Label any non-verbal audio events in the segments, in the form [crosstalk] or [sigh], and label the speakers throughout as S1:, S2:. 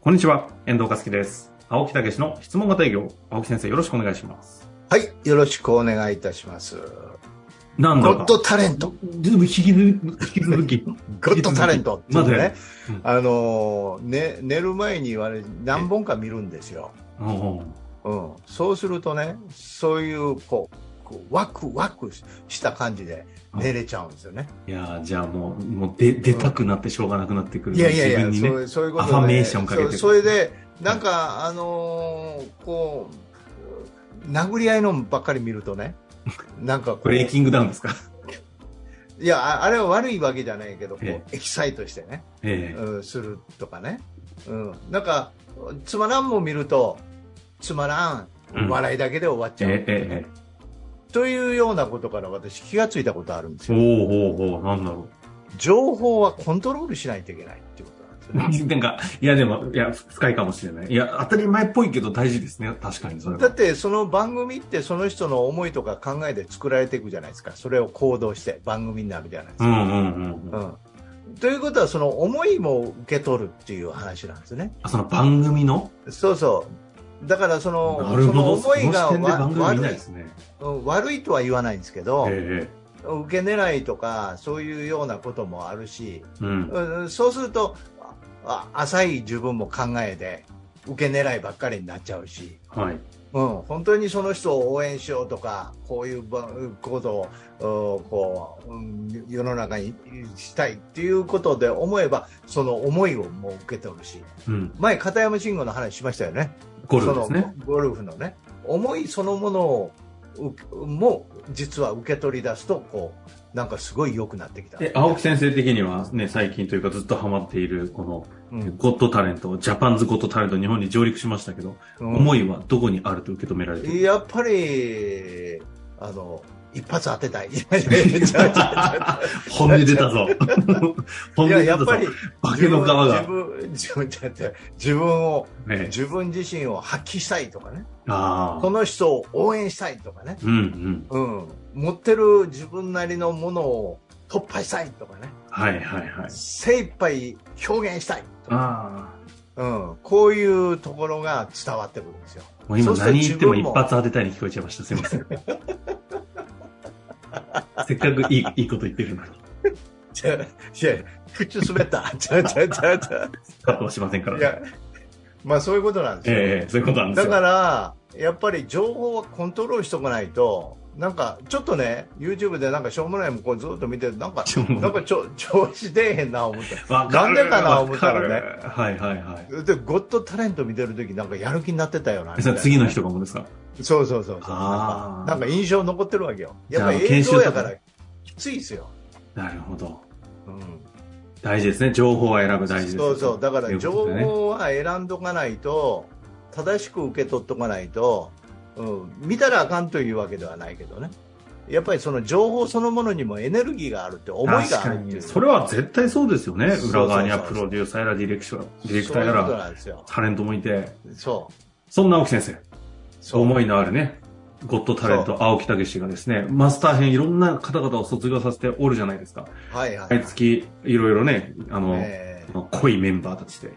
S1: こんにちは、遠藤和樹です。青木武の質問型営業、青木先生よろしくお願いします。
S2: はい、よろしくお願いいたします。
S1: なん
S2: ゴ
S1: だ
S2: ッドタレント、
S1: でも引き続き、引き [laughs] 続き、
S2: ゴッドタレントっていうの
S1: まだや
S2: ね
S1: る、うん
S2: あのーね、寝る前に言われ何本か見るんですよ。
S1: おう
S2: うん、そうするとね、そういうこうこうワクワクした感じで寝れちゃうんですよね。
S1: いやーじゃあもう、もう出、出たくなってしょうがなくなってくる。
S2: いやいやいや、
S1: 自分に
S2: そ
S1: ね。
S2: うそういうこと
S1: アファメーションかけて
S2: そそれで、なんか、あのーこう、殴り合いのばっかり見るとね、なんかこう、
S1: ブレイキングダウンですか [laughs]
S2: いや、ああれは悪いわけじゃないけど、こう
S1: え
S2: エキサイトしてね、
S1: ええ
S2: うんするとかね、うん、なんか、つまらんもん見ると、つまら
S1: うん
S2: ん、笑いだけで終わっちゃう、
S1: えええ
S2: というようなことから私、気がついたことあるんです
S1: えええ
S2: よ、
S1: おうおうおう [laughs] なんだろ
S2: 情報はコントロールしないといけないっていうことなんですよね。
S1: う。なんか、いやでも、いや、深いかもしれない。いや、当たり前っぽいけど大事ですね。確かにそれ
S2: だっ
S1: は。
S2: てその番組ってその人の思いとか考えで作られていくじゃないですかそれを行動して番組になるじゃないです
S1: う
S2: か、
S1: んうんうんう。
S2: うんんということはその思いも受け取るっていう話なんですね
S1: あその番組の
S2: そうそうだからその
S1: なるほど。
S2: その思いが
S1: その視点で
S2: わ
S1: 番組見ない
S2: 悪い
S1: ですね。
S2: うん悪いとは言わないんですけど、
S1: え
S2: 受け狙いとかそういうようなこともあるし、
S1: えうん。
S2: うん、そうするとあ浅い自分も考えで受け狙いばっかりになっちゃうし、
S1: はい。
S2: うん、本当にその人を応援しようとかこういうばことをうんこう、うん世の中にしたいっていうことで思えばその思いをもう受け取るし
S1: うん。
S2: 前、片山慎吾の話しましたよね
S1: ゴルフですね。
S2: そのゴルフのね思いそのものをうも実は受け取り出すとこうなんかすごい良くなってきた。
S1: で、青木先生的にはね、最近というかずっとハマっている、この、ゴッドタレント、ジャパンズゴッドタレント、日本に上陸しましたけど、
S2: うん
S1: 思いはどこにあると受け止められてる
S2: やっぱりあの一発当てたい。いやいやいやちゃうちゃうちゃう
S1: 本音出たぞ。本音
S2: いや、
S1: 出
S2: や
S1: たぞ。
S2: っぱり、
S1: 化けの皮が
S2: 自。分、自分、自分だって自分を、
S1: ええ
S2: 自分自身を発揮したいとかね。
S1: あ
S2: こ
S1: あ。
S2: の人を応援したいとかね。
S1: うんうん。
S2: うん。持ってる自分なりのものを突破したいとかね。
S1: はいはいはい。
S2: 精一杯表現したいとか。
S1: あ
S2: うん。こういうところが伝わってくるんです
S1: [laughs]
S2: よ。
S1: あ。もう今
S2: そうすると
S1: 何言っても
S2: 自
S1: 一
S2: 分も
S1: 発当てたいに聞こえちゃいました。すいませ
S2: [laughs]
S1: ん。せっかくいい、いいこと言ってる
S2: [laughs]
S1: のに。
S2: じゃあいや、口滑った。じゃあじゃあじゃあじゃ
S1: カットはしませんか
S2: あ
S1: ら
S2: [laughs]
S1: ね。
S2: いや、まあそういうことなんですよ。
S1: ええそういうことなんです
S2: だ
S1: よ。
S2: から、やっぱり情報はコントロールしておかないと、なんかちょっとね、YouTube でなんかしょうもないもんこうずっと見てるなん
S1: [laughs]
S2: か、なんかちょ調子出えへんな思って、
S1: わかる
S2: なんでかな思ったらね
S1: わかるはいはいはい。
S2: で、ゴッドタレント見てる時なんかやる気になってたよな
S1: じ
S2: みたい
S1: ゃあ
S2: な、
S1: 次の人かもですか
S2: そうそうそうそう
S1: あー
S2: なんか印象残ってるわけよ、やっぱり
S1: じゃあ研
S2: 映
S1: 修と
S2: 像
S1: か
S2: やからきついですよ。
S1: なるほど。
S2: うん
S1: 大事ですね。情報は選ぶ大事です。
S2: そうそうだか
S1: とい
S2: ら
S1: こ
S2: 情
S1: とでね
S2: 報は選んどかないと正しく受け取っとかないと、うん、見たらあかんというわけではないけどねやっぱりその情報そのものにもエネルギーがあるって思いが
S1: 確
S2: あ
S1: か
S2: るってい
S1: に。
S2: う
S1: それは絶対そうですよね。
S2: そうそうそう
S1: 裏側にはプロデューサーやらディレクション、ディレクターや
S2: そういうこと
S1: ら、
S2: なんですよ
S1: タレントもいて。
S2: そう
S1: そんな青木先生、
S2: そう
S1: 思いのあるね、ゴッドタレント青木武がですね、マスター編いろんな方々を卒業させておるじゃないですか。
S2: はいはい、
S1: 毎月いろいろね、あの、
S2: ええ
S1: 濃いメンバーたちで、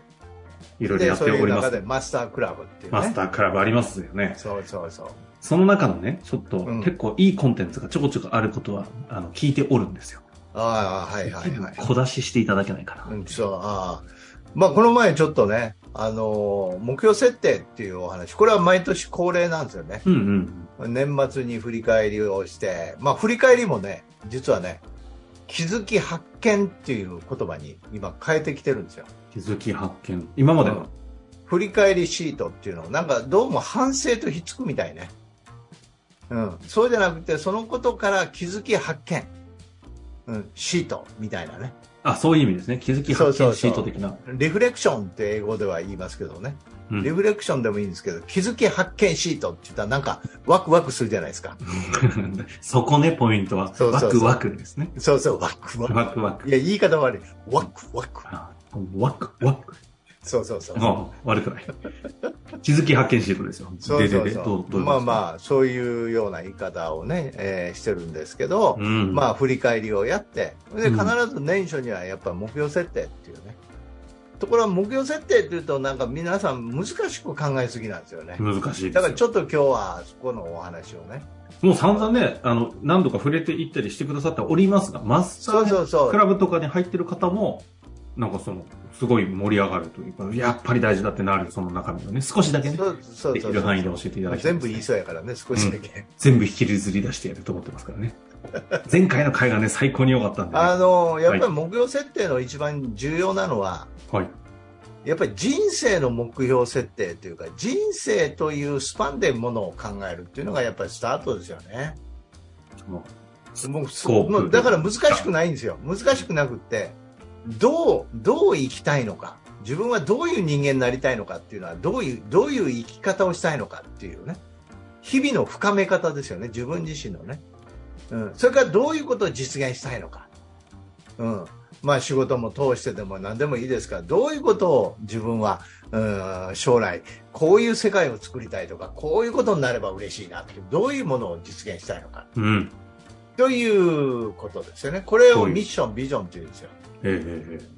S1: いろいろや
S2: で
S1: って
S2: そうい
S1: お
S2: う
S1: りま
S2: 中
S1: す。
S2: でマスタークラブっていうね
S1: マスタークラブありますよね。
S2: そうそうそう
S1: その中のね、ちょっと、
S2: うん
S1: 結構いいコンテンツがちょこちょこあることは、あの、聞いておるんですよ。
S2: ああはいはいはい
S1: 小出ししていただけないかな。
S2: うん、そう、ああ。まあ、この前ちょっとね、あのー目標設定っていうお話、これは毎年恒例なんですよね。
S1: うんうん。
S2: 年末に振り返りをして、まあ、振り返りもね、実はね、気づき発見っていう言葉に今変えてきてるんですよ。
S1: 気づき発見。今まで
S2: う
S1: の
S2: ん。振り返りシートっていうのを、なんかどうも反省とひっつくみたいね。うん。そうじゃなくて、そのことから気づき発見。うん、シートみたいなね。
S1: あ、そういう意味ですね。気づき発
S2: そうそ
S1: 見
S2: うそ
S1: シ
S2: う
S1: ート的な。
S2: リフレクションって英語では言いますけどね。
S1: う
S2: リ
S1: ん。
S2: フレクションでもいいんですけど、気づき発見シートって言ったらなんかワクワクするじゃないですか。
S1: [laughs] そこね、ポイントは。
S2: そうそうそう
S1: ワクワクですね。
S2: そうそう、ワクワ
S1: ワクワク。
S2: ク。いや、言い方悪い。ワクワク。
S1: あワクワク。
S2: そうそうそう。
S1: あ悪くない。気づき発見シートですよ。
S2: そうそう
S1: でででど
S2: そう
S1: ど
S2: う。
S1: ういうことですか
S2: まあまあ、そういうような言い方をね、えーしてるんですけど、
S1: うん。
S2: まあ、振り返りをやって、で、
S1: うん
S2: 必ず年初にはやっぱ目標設定っていうね、ところが目標設定というとなんか皆さん難しく考えすぎなんですよね。
S1: 難しいです
S2: だから
S1: よ
S2: ちょっと今日はそこのお話をね。
S1: もう散々ね、あの、何度か触れていったりしてくださっておりますが、マスタ
S2: そう
S1: ー
S2: そうそ
S1: ク
S2: う。
S1: ラブとかに入ってる方も、なんかその、すごい盛り上がるというか、やっぱり大事だってなる、その中身をね、少しだけね、
S2: そうそう
S1: で
S2: そ
S1: き
S2: う
S1: る範囲で教えていただきたい
S2: 全
S1: ですね
S2: 部言いそうやからね、少しだけ。
S1: 全部引きずり出してやると思ってますから
S2: [laughs]
S1: ね。前回の回がね、最高に良かったんで、ね。
S2: あの、やっぱり目標設定の一番重要なのは、
S1: はい。
S2: やっぱり人生の目標設定というか、人生というスパンでものを考えるっていうのがやっぱりスタートですよね。
S1: も
S2: もうす
S1: コープ
S2: もうだから難しくないんですよ。難しくなくって、どう、どう生きたいのか。自分はどういう人間になりたいのかっていうのは、どういう、どういう生き方をしたいのかっていうね。日々の深め方ですよね。自分自身のね。うん。それからどういうことを実現したいのか。うん。まあ仕事も通してでも何でもいいですから、どういうことを自分は、うん、将来、こういう世界を作りたいとか、こういうことになれば嬉しいなっていう、どういうものを実現したいのか。
S1: ううん。
S2: ということですよね。これ
S1: そ
S2: を
S1: ういう
S2: ミッション、ビジョンっていうんですよ。
S1: え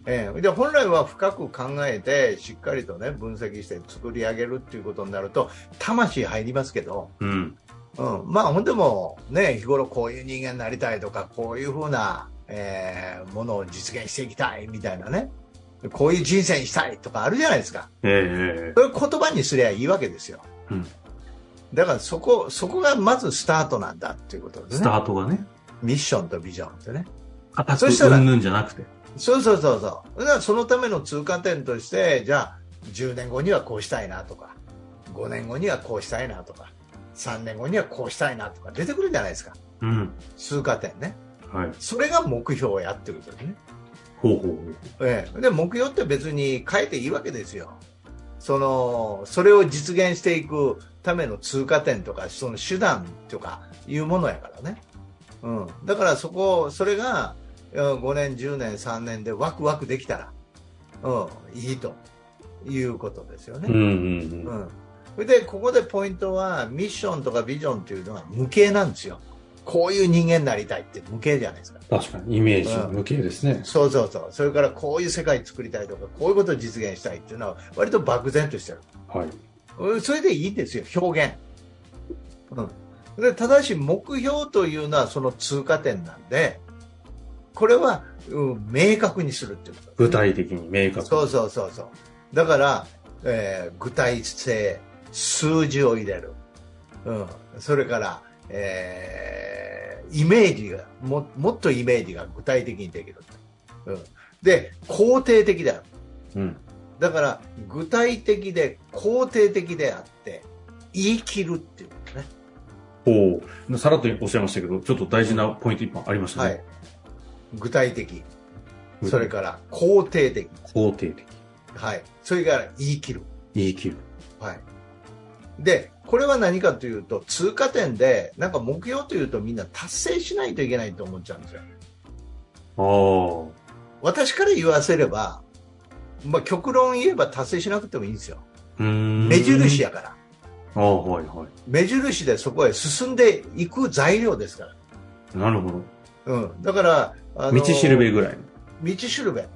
S1: ええええ
S2: ええで本来は深く考えて、しっかりとね、分析して作り上げるっていうことになると、魂入りますけど、
S1: えうん。
S2: うん、まあ、ほんでも、ね、日頃こういう人間になりたいとか、こういうふうな、ええものを実現していきたいみたいなね、こういう人生にしたいとかあるじゃないですか。
S1: ええええ
S2: そういう言葉にすりゃいいわけですよ。
S1: うん
S2: だからそこ、そこがまずスタートなんだっていうことです
S1: ス
S2: ね
S1: タ。ートがね、
S2: ミッションとビジョンってね。
S1: 硬く
S2: そしたら
S1: うんぬんじゃなくて。
S2: そうそうそうそう。だからそのための通過点として、じゃあ、10年後にはこうしたいなとか、5年後にはこうしたいなとか、3年後にはこうしたいなとか出てくるじゃないですか。
S1: うん。
S2: 通過点ね。
S1: はい。
S2: それが目標やってることですね。
S1: ほうほうほう。
S2: ええ。で、目標って別に変えていいわけですよ。その、それを実現していくための通過点とか、その手段とかいうものやからね。うん。だからそこ、それが、うん5年、10年、3年でワクワクできたら、うん、いいということですよ
S1: うん
S2: ね。
S1: うん
S2: う
S1: うん。
S2: ん。それで、ここでポイントは、ミッションとかビジョンっていうのは無形なんですよ。こういう人間になりたいって無形じゃないですか。
S1: 確かに、イメージ無形ですね。
S2: そうそうそう。それからこういう世界作りたいとか、こういうことを実現したいっていうのは、割と漠然としてる。
S1: はい。
S2: うんそれでいいんですよ、表現。うん。で、ただし、目標というのはその通過点なんで、これは、うん、明確にするっていうこと。
S1: 具体的に明確に。
S2: そうそうそうそう。だから、えー具体性、数字を入れる。うん。それから、えーイメージがも、もっとイメージが具体的にできる。うん。で、肯定的だよ。
S1: うん。
S2: だから、具体的で肯定的であって、言い切るっていうことね。
S1: ほう。さらっとおっしゃいましたけど、ちょっと大事なポイント一本ありました
S2: は
S1: ね。
S2: い。具体的。
S1: うん
S2: それから、肯定的。
S1: 肯定的。
S2: はい。それから、言い切る。
S1: 言い切る。
S2: はい。で、これは何かというと、通過点で、なんか目標というとみんな達成しないといけないと思っちゃうんですよ。
S1: ああ。
S2: 私から言わせれば、まあ、極論言えば達成しなくてもいいんですよ。
S1: うーん。
S2: 目印。やから。
S1: ああ、はいは
S2: 目印でそこへ進んでいく材料ですから。
S1: い。なるほど。
S2: うん。だから、あの
S1: 道しるべぐらいの。
S2: 道しるべ。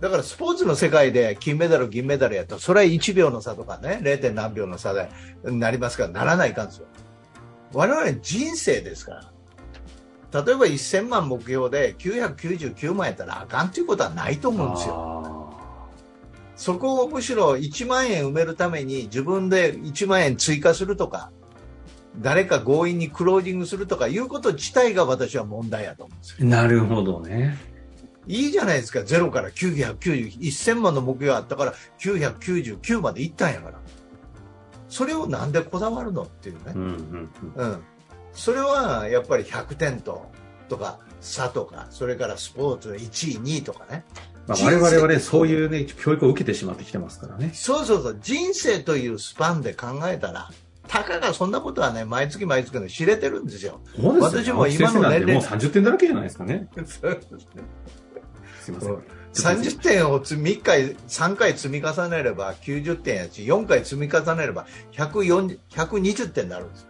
S2: だからスポーツの世界で金メダル、銀メダルやったら、それは1秒の差とかね、0. 点何秒の差でなりますから、ならないかんですよ。我々人生ですから。例えば1000万目標で999万やったらあかんということはないと思うんですよ。
S1: あ
S2: そこをむしろ1万円埋めるために自分で1万円追加するとか、誰か強引にクロージングするとかいうこと自体が私は問題やと思うんです
S1: ー
S2: よ。
S1: なるほどね。
S2: いいじゃないですか、ゼロから990、1000万の目標あったから999までいったんやから。それをなんでこだわるのっていうね
S1: う。んうんうん。
S2: うん。それはやっぱり100点と、とか、差とか、それからスポーツ1位、2位とかね。
S1: まあ、
S2: 人
S1: 我
S2: 生
S1: 々はね、そういうね、教育を受けてしまってきてますからね。
S2: そうそうそう、人生というスパンで考えたら、たかがそんなことはね、毎月毎月の知れてるんですよ。 [laughs]
S1: そうですよ
S2: 私も
S1: 青木先
S2: 今の
S1: 生なんて
S2: 年齢
S1: もう30点だらけじゃないですかね。すいません。
S2: 30点を積み1回、3回積み重ねれば90点やし、4回積み重ねれば140 120点になるんですよ。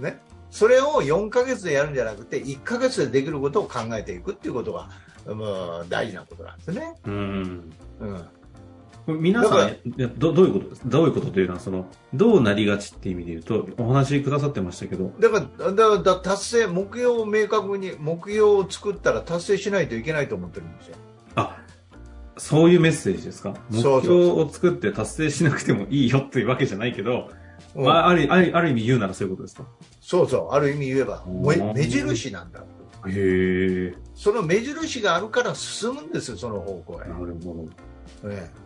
S2: ね。それを4ヶ月でやるんじゃなくて、1ヶ月でできることを考えていくっていうことが、もう大事なことなんですね。
S1: うん。
S2: うん、
S1: 皆さ
S2: だ
S1: ん
S2: か
S1: えど、どういうことですどういうことというのは、その、どうなりがちっていう意味で言うと、お話しくださってましたけど、
S2: だからだだ達成目標を明確に目標を作ったら達成しないといけないと思ってるんですよ。
S1: あ、そういうメッセージですか目
S2: そうそう
S1: 標
S2: そう
S1: を作って達成しなくてもいいよっていうわけじゃないけど、
S2: うん
S1: まあ、あるあるある意味言うならそういうことですか
S2: そうそうある意味言えばも
S1: うん
S2: 目印なんだ
S1: へえ、
S2: その目印があるから進むんですよその方向へ。
S1: なるほど。
S2: ええ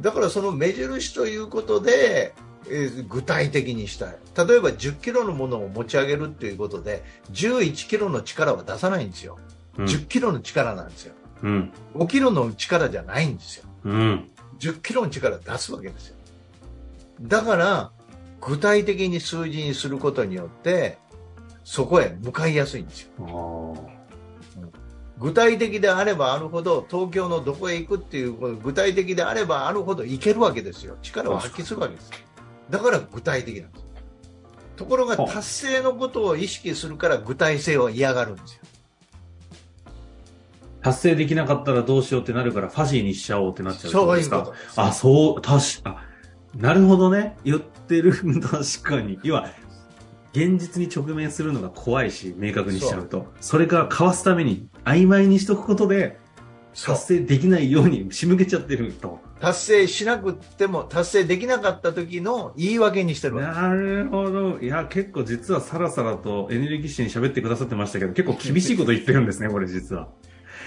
S2: だからその目印ということで、えー具体的にしたい例えば1 0キロのものを持ち上げるということで1 1キロの力は出さないんですよ、
S1: うん
S2: 1 0キロの力なんですよ
S1: うん。
S2: 5キロの力じゃないんですよ
S1: うん。
S2: 1 0キロの力出すわけですよだから具体的に数字にすることによってそこへ向かいやすいんですよ
S1: ああ。
S2: 具体的であればあるほど東京のどこへ行くっていうこと具体的であればあるほど行けるわけですよ力を発揮するわけですだから具体的なんですところが
S1: はあ
S2: 達成のことを意識するから具体性を嫌がるんですよ
S1: 達成できなかったらどうしようってなるから、ファジーにしちゃおうってなっちゃうって
S2: そう
S1: で
S2: いう
S1: す
S2: こ
S1: か
S2: とです
S1: あ、そう、確か、なるほどね。言ってる、確かに。要は、現実に直面するのが怖いし、明確にしちゃうと。それからかわすために、曖昧にしとくことで、
S2: そう
S1: 達成できないように仕向けちゃってると。
S2: 達成しなくても達成できなかった時の言い訳にしてるわけです
S1: なるほど。いや、結構実はさらさらとエネルギッシュに喋ってくださってましたけど、結構厳しいこと言ってるんですね、これ実は。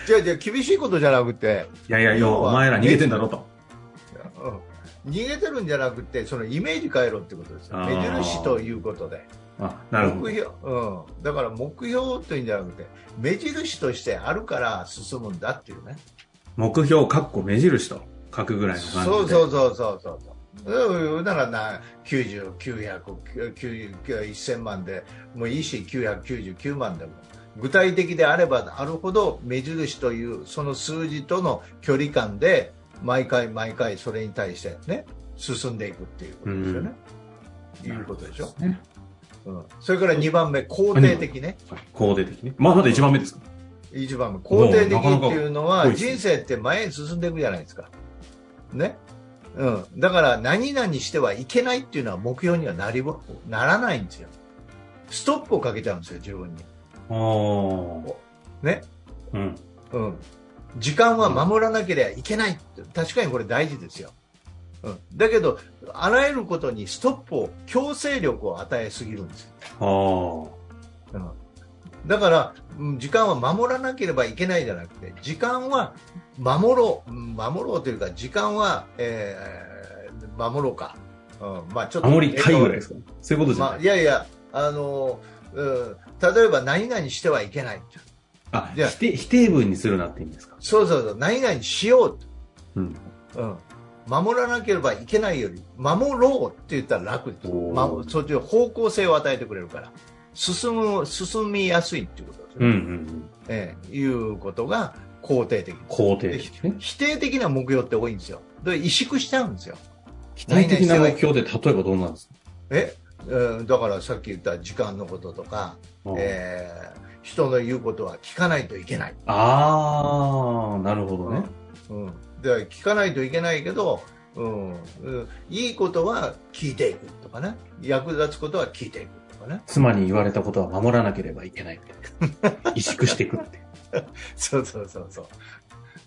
S2: じゃあじゃあ厳しいことじゃなくて、
S1: いやいや、
S2: 要
S1: よ、
S2: は
S1: お前ら逃げてんだろと。
S2: うん逃げてるんじゃなくてそのイメージ変えろってことですよ
S1: あ
S2: 目
S1: ー
S2: 印ということで
S1: あ、なるほど
S2: 目。標、うん、だから目標というんじゃなくて目印としてあるから進むんだっていうね
S1: 目標、かっこ目印と書くぐらいの感じで。
S2: そうそうそうそうそうそうならな909001000万でもういいし999万でも具体的であればあるほど目印というその数字との距離感で毎回毎回それに対してね進んでいくっていうことですよね、いうことでしょ、
S1: ね
S2: うん、それから2番目肯定的ね
S1: はい肯定的ね。まあ、まだ一番目ですか
S2: 一番目肯定的
S1: なかな
S2: っ
S1: か
S2: ていうの
S1: 多
S2: はい
S1: ですね
S2: 人生って前に進んでいくじゃないですかねうんだから何々してはいけないっていうのは目標にはなりぼならないんですよストップをかけちゃうんですよ自分に
S1: ああ。
S2: ね
S1: うん。
S2: うん時間は守らなければいけないって確かにこれ大事ですよ、うん、だけどあらゆることにストップを強制力を与えすぎるんですよ
S1: ああ。
S2: うんだから、うん時間は守らなければいけないじゃなくて、時間は守ろう、うん守ろうというか、時間は、えー守ろうか。うん、まあちょっと。
S1: 守りたいぐらいですすかそういうことじゃ
S2: ま
S1: な
S2: あ、
S1: い。
S2: いやいや、あの、うん例えば何々してはいけない。
S1: あ、
S2: じゃあ
S1: 否定、否定文にするなって意味ですか
S2: そうそうそう、何々しよう
S1: うん。
S2: と。うん守らなければいけないより、守ろうって言ったら楽です。
S1: おー
S2: まあ、そっちの方向性を与えてくれるから、進む、進みやすいっていうことですよね
S1: うんうんうん。
S2: ええいうことが肯定的
S1: 肯定的ね。
S2: 否定的な目標って多いんですよで萎縮しちゃうんですよ
S1: 否定的な目標って例えばどうなんですか
S2: え、えーだからさっき言った時間のこととか、
S1: あー
S2: えー人の言うことは聞かないといけない、
S1: あー、なるほどね。
S2: うん、で聞かないといけないけど、うんうんいいことは聞いていくとかね役立つことは聞いていくとかね [laughs]
S1: 妻に言われたことは守らなければいけ [laughs] ない。萎縮していくって。
S2: そうそうそうそう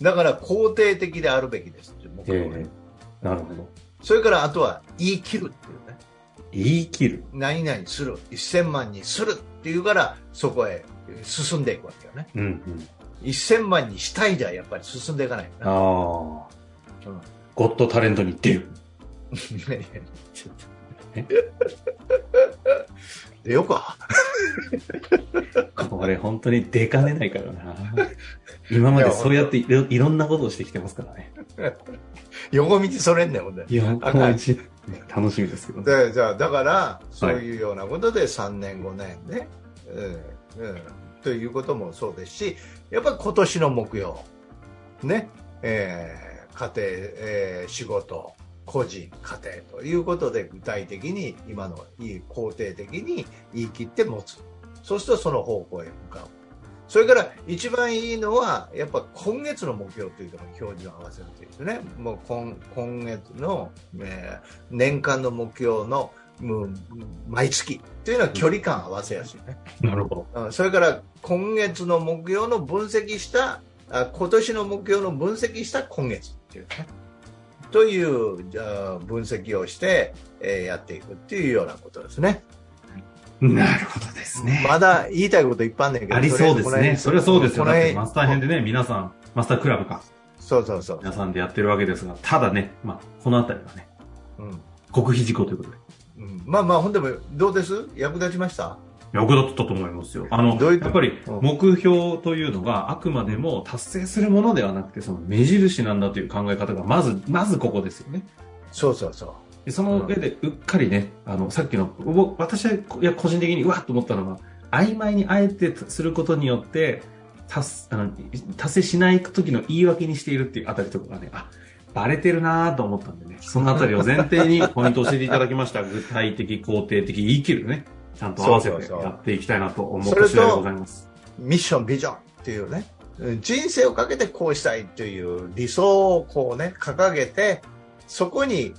S2: だから肯定的であるべきですっていう目標はね
S1: ええなるほど。
S2: それからあとは言い切るっていうね
S1: 言い切る。
S2: 何々する1000万にするっていうからそこへ進んでいくわけよね
S1: うんうん。
S2: 1000万にしたいじゃやっぱり進んでいかない
S1: ああ
S2: よ。うん
S1: ゴッドタレントに出る。
S2: ねねちょっとでよくは
S1: これ本当に出かねないから [laughs] な。今までそうやっていろいろんなことをしてきてますからね。
S2: 横道それんねんほんで
S1: いや、
S2: あ
S1: この一年楽しみですけどね。
S2: でじゃあだからそういうようなことで3年5年ね、うんうんということもそうですしやっぱり今年の目標ね、えー家庭、えー仕事個人家庭ということで具体的に今のいい肯定的に言い切って持つそうするとその方向へ向かうそれから一番いいのは、やっぱ今月の目標というのを表示を合わせるというとね、もう今今月の、えー年間の目標の、もう毎月というのは距離感合わせやすいね。
S1: なるほど。
S2: うんそれから今月の目標の分析したあ今年の目標の分析した今月っていうねというじゃあ分析をして、えーやっていくっていうようなことですね
S1: なるほどですね。
S2: まだ言いたいこといっぱいあるんだけど
S1: ありそうですね。それはそうですよ。
S2: この
S1: だって
S2: 辺
S1: マスター編でね、皆さん、マスタークラブか、
S2: そうそうそう、
S1: 皆さんでやってるわけですが、ただね、まあ、このあたりはね、
S2: うん
S1: 極秘事項ということで、
S2: うん、まあまあほんでもどうです役立ちました
S1: 役立ったと思いますよ。あの、
S2: どういった
S1: やっぱり
S2: うん
S1: 目標というのがあくまでも達成するものではなくて、その目印なんだという考え方が、まず、まずここですよね。
S2: そうそうそう
S1: でその上で、うっかりね、あの、さっきの、僕私は、いや、個人的に、うわっと思ったのは、曖昧にあえてすることによって、達すあの達成しない時の言い訳にしているっていうあたりとかがね、あ、バレてるなぁと思ったんでね、そのあたりを前提にポイントを教えていただきました。具体的、肯定的、言い切るね、ちゃんと合わせ
S2: そう
S1: て
S2: そうそ
S1: や
S2: う
S1: っていきたいなと思
S2: そ
S1: っ
S2: れ
S1: た
S2: と
S1: 次第でございます。
S2: ミッションビジョンっていうねうん人生をかけてこうしたいという理想をこうね掲げてそこに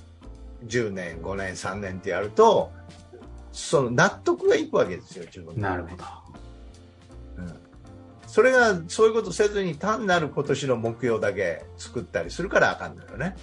S2: 10年5年3年ってやるとその納得がいくわけですよ自分の
S1: なるほど。
S2: それがそういうことせずに単なる今年の目標だけ作ったりするからあかんのよね、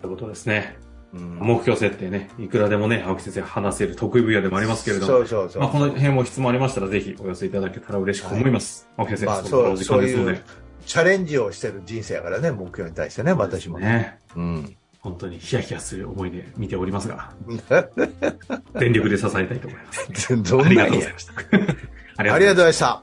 S1: ということですね。
S2: うん
S1: 目標設定ね、いくらでもね、青木先生話せる得意分野でもありますけれども
S2: そ、うそうそう、
S1: まあ、この辺も質問ありましたら、ぜひお寄せいただけたら嬉しく思います。青木先生、
S2: まあ
S1: そろそろお時間
S2: そう
S1: ですの
S2: そうい
S1: で
S2: う。チャレンジをしてる人生やからね目標に対してね私もね
S1: ね。
S2: うん、 [laughs]
S1: 本当にヒヤヒヤする思いで見ておりますが、全力で支えたいと思い
S2: [laughs]
S1: ます。
S2: どん
S1: あ
S2: なん
S1: り
S2: や
S1: がとうございました。 [laughs] あり
S2: ありがとうございました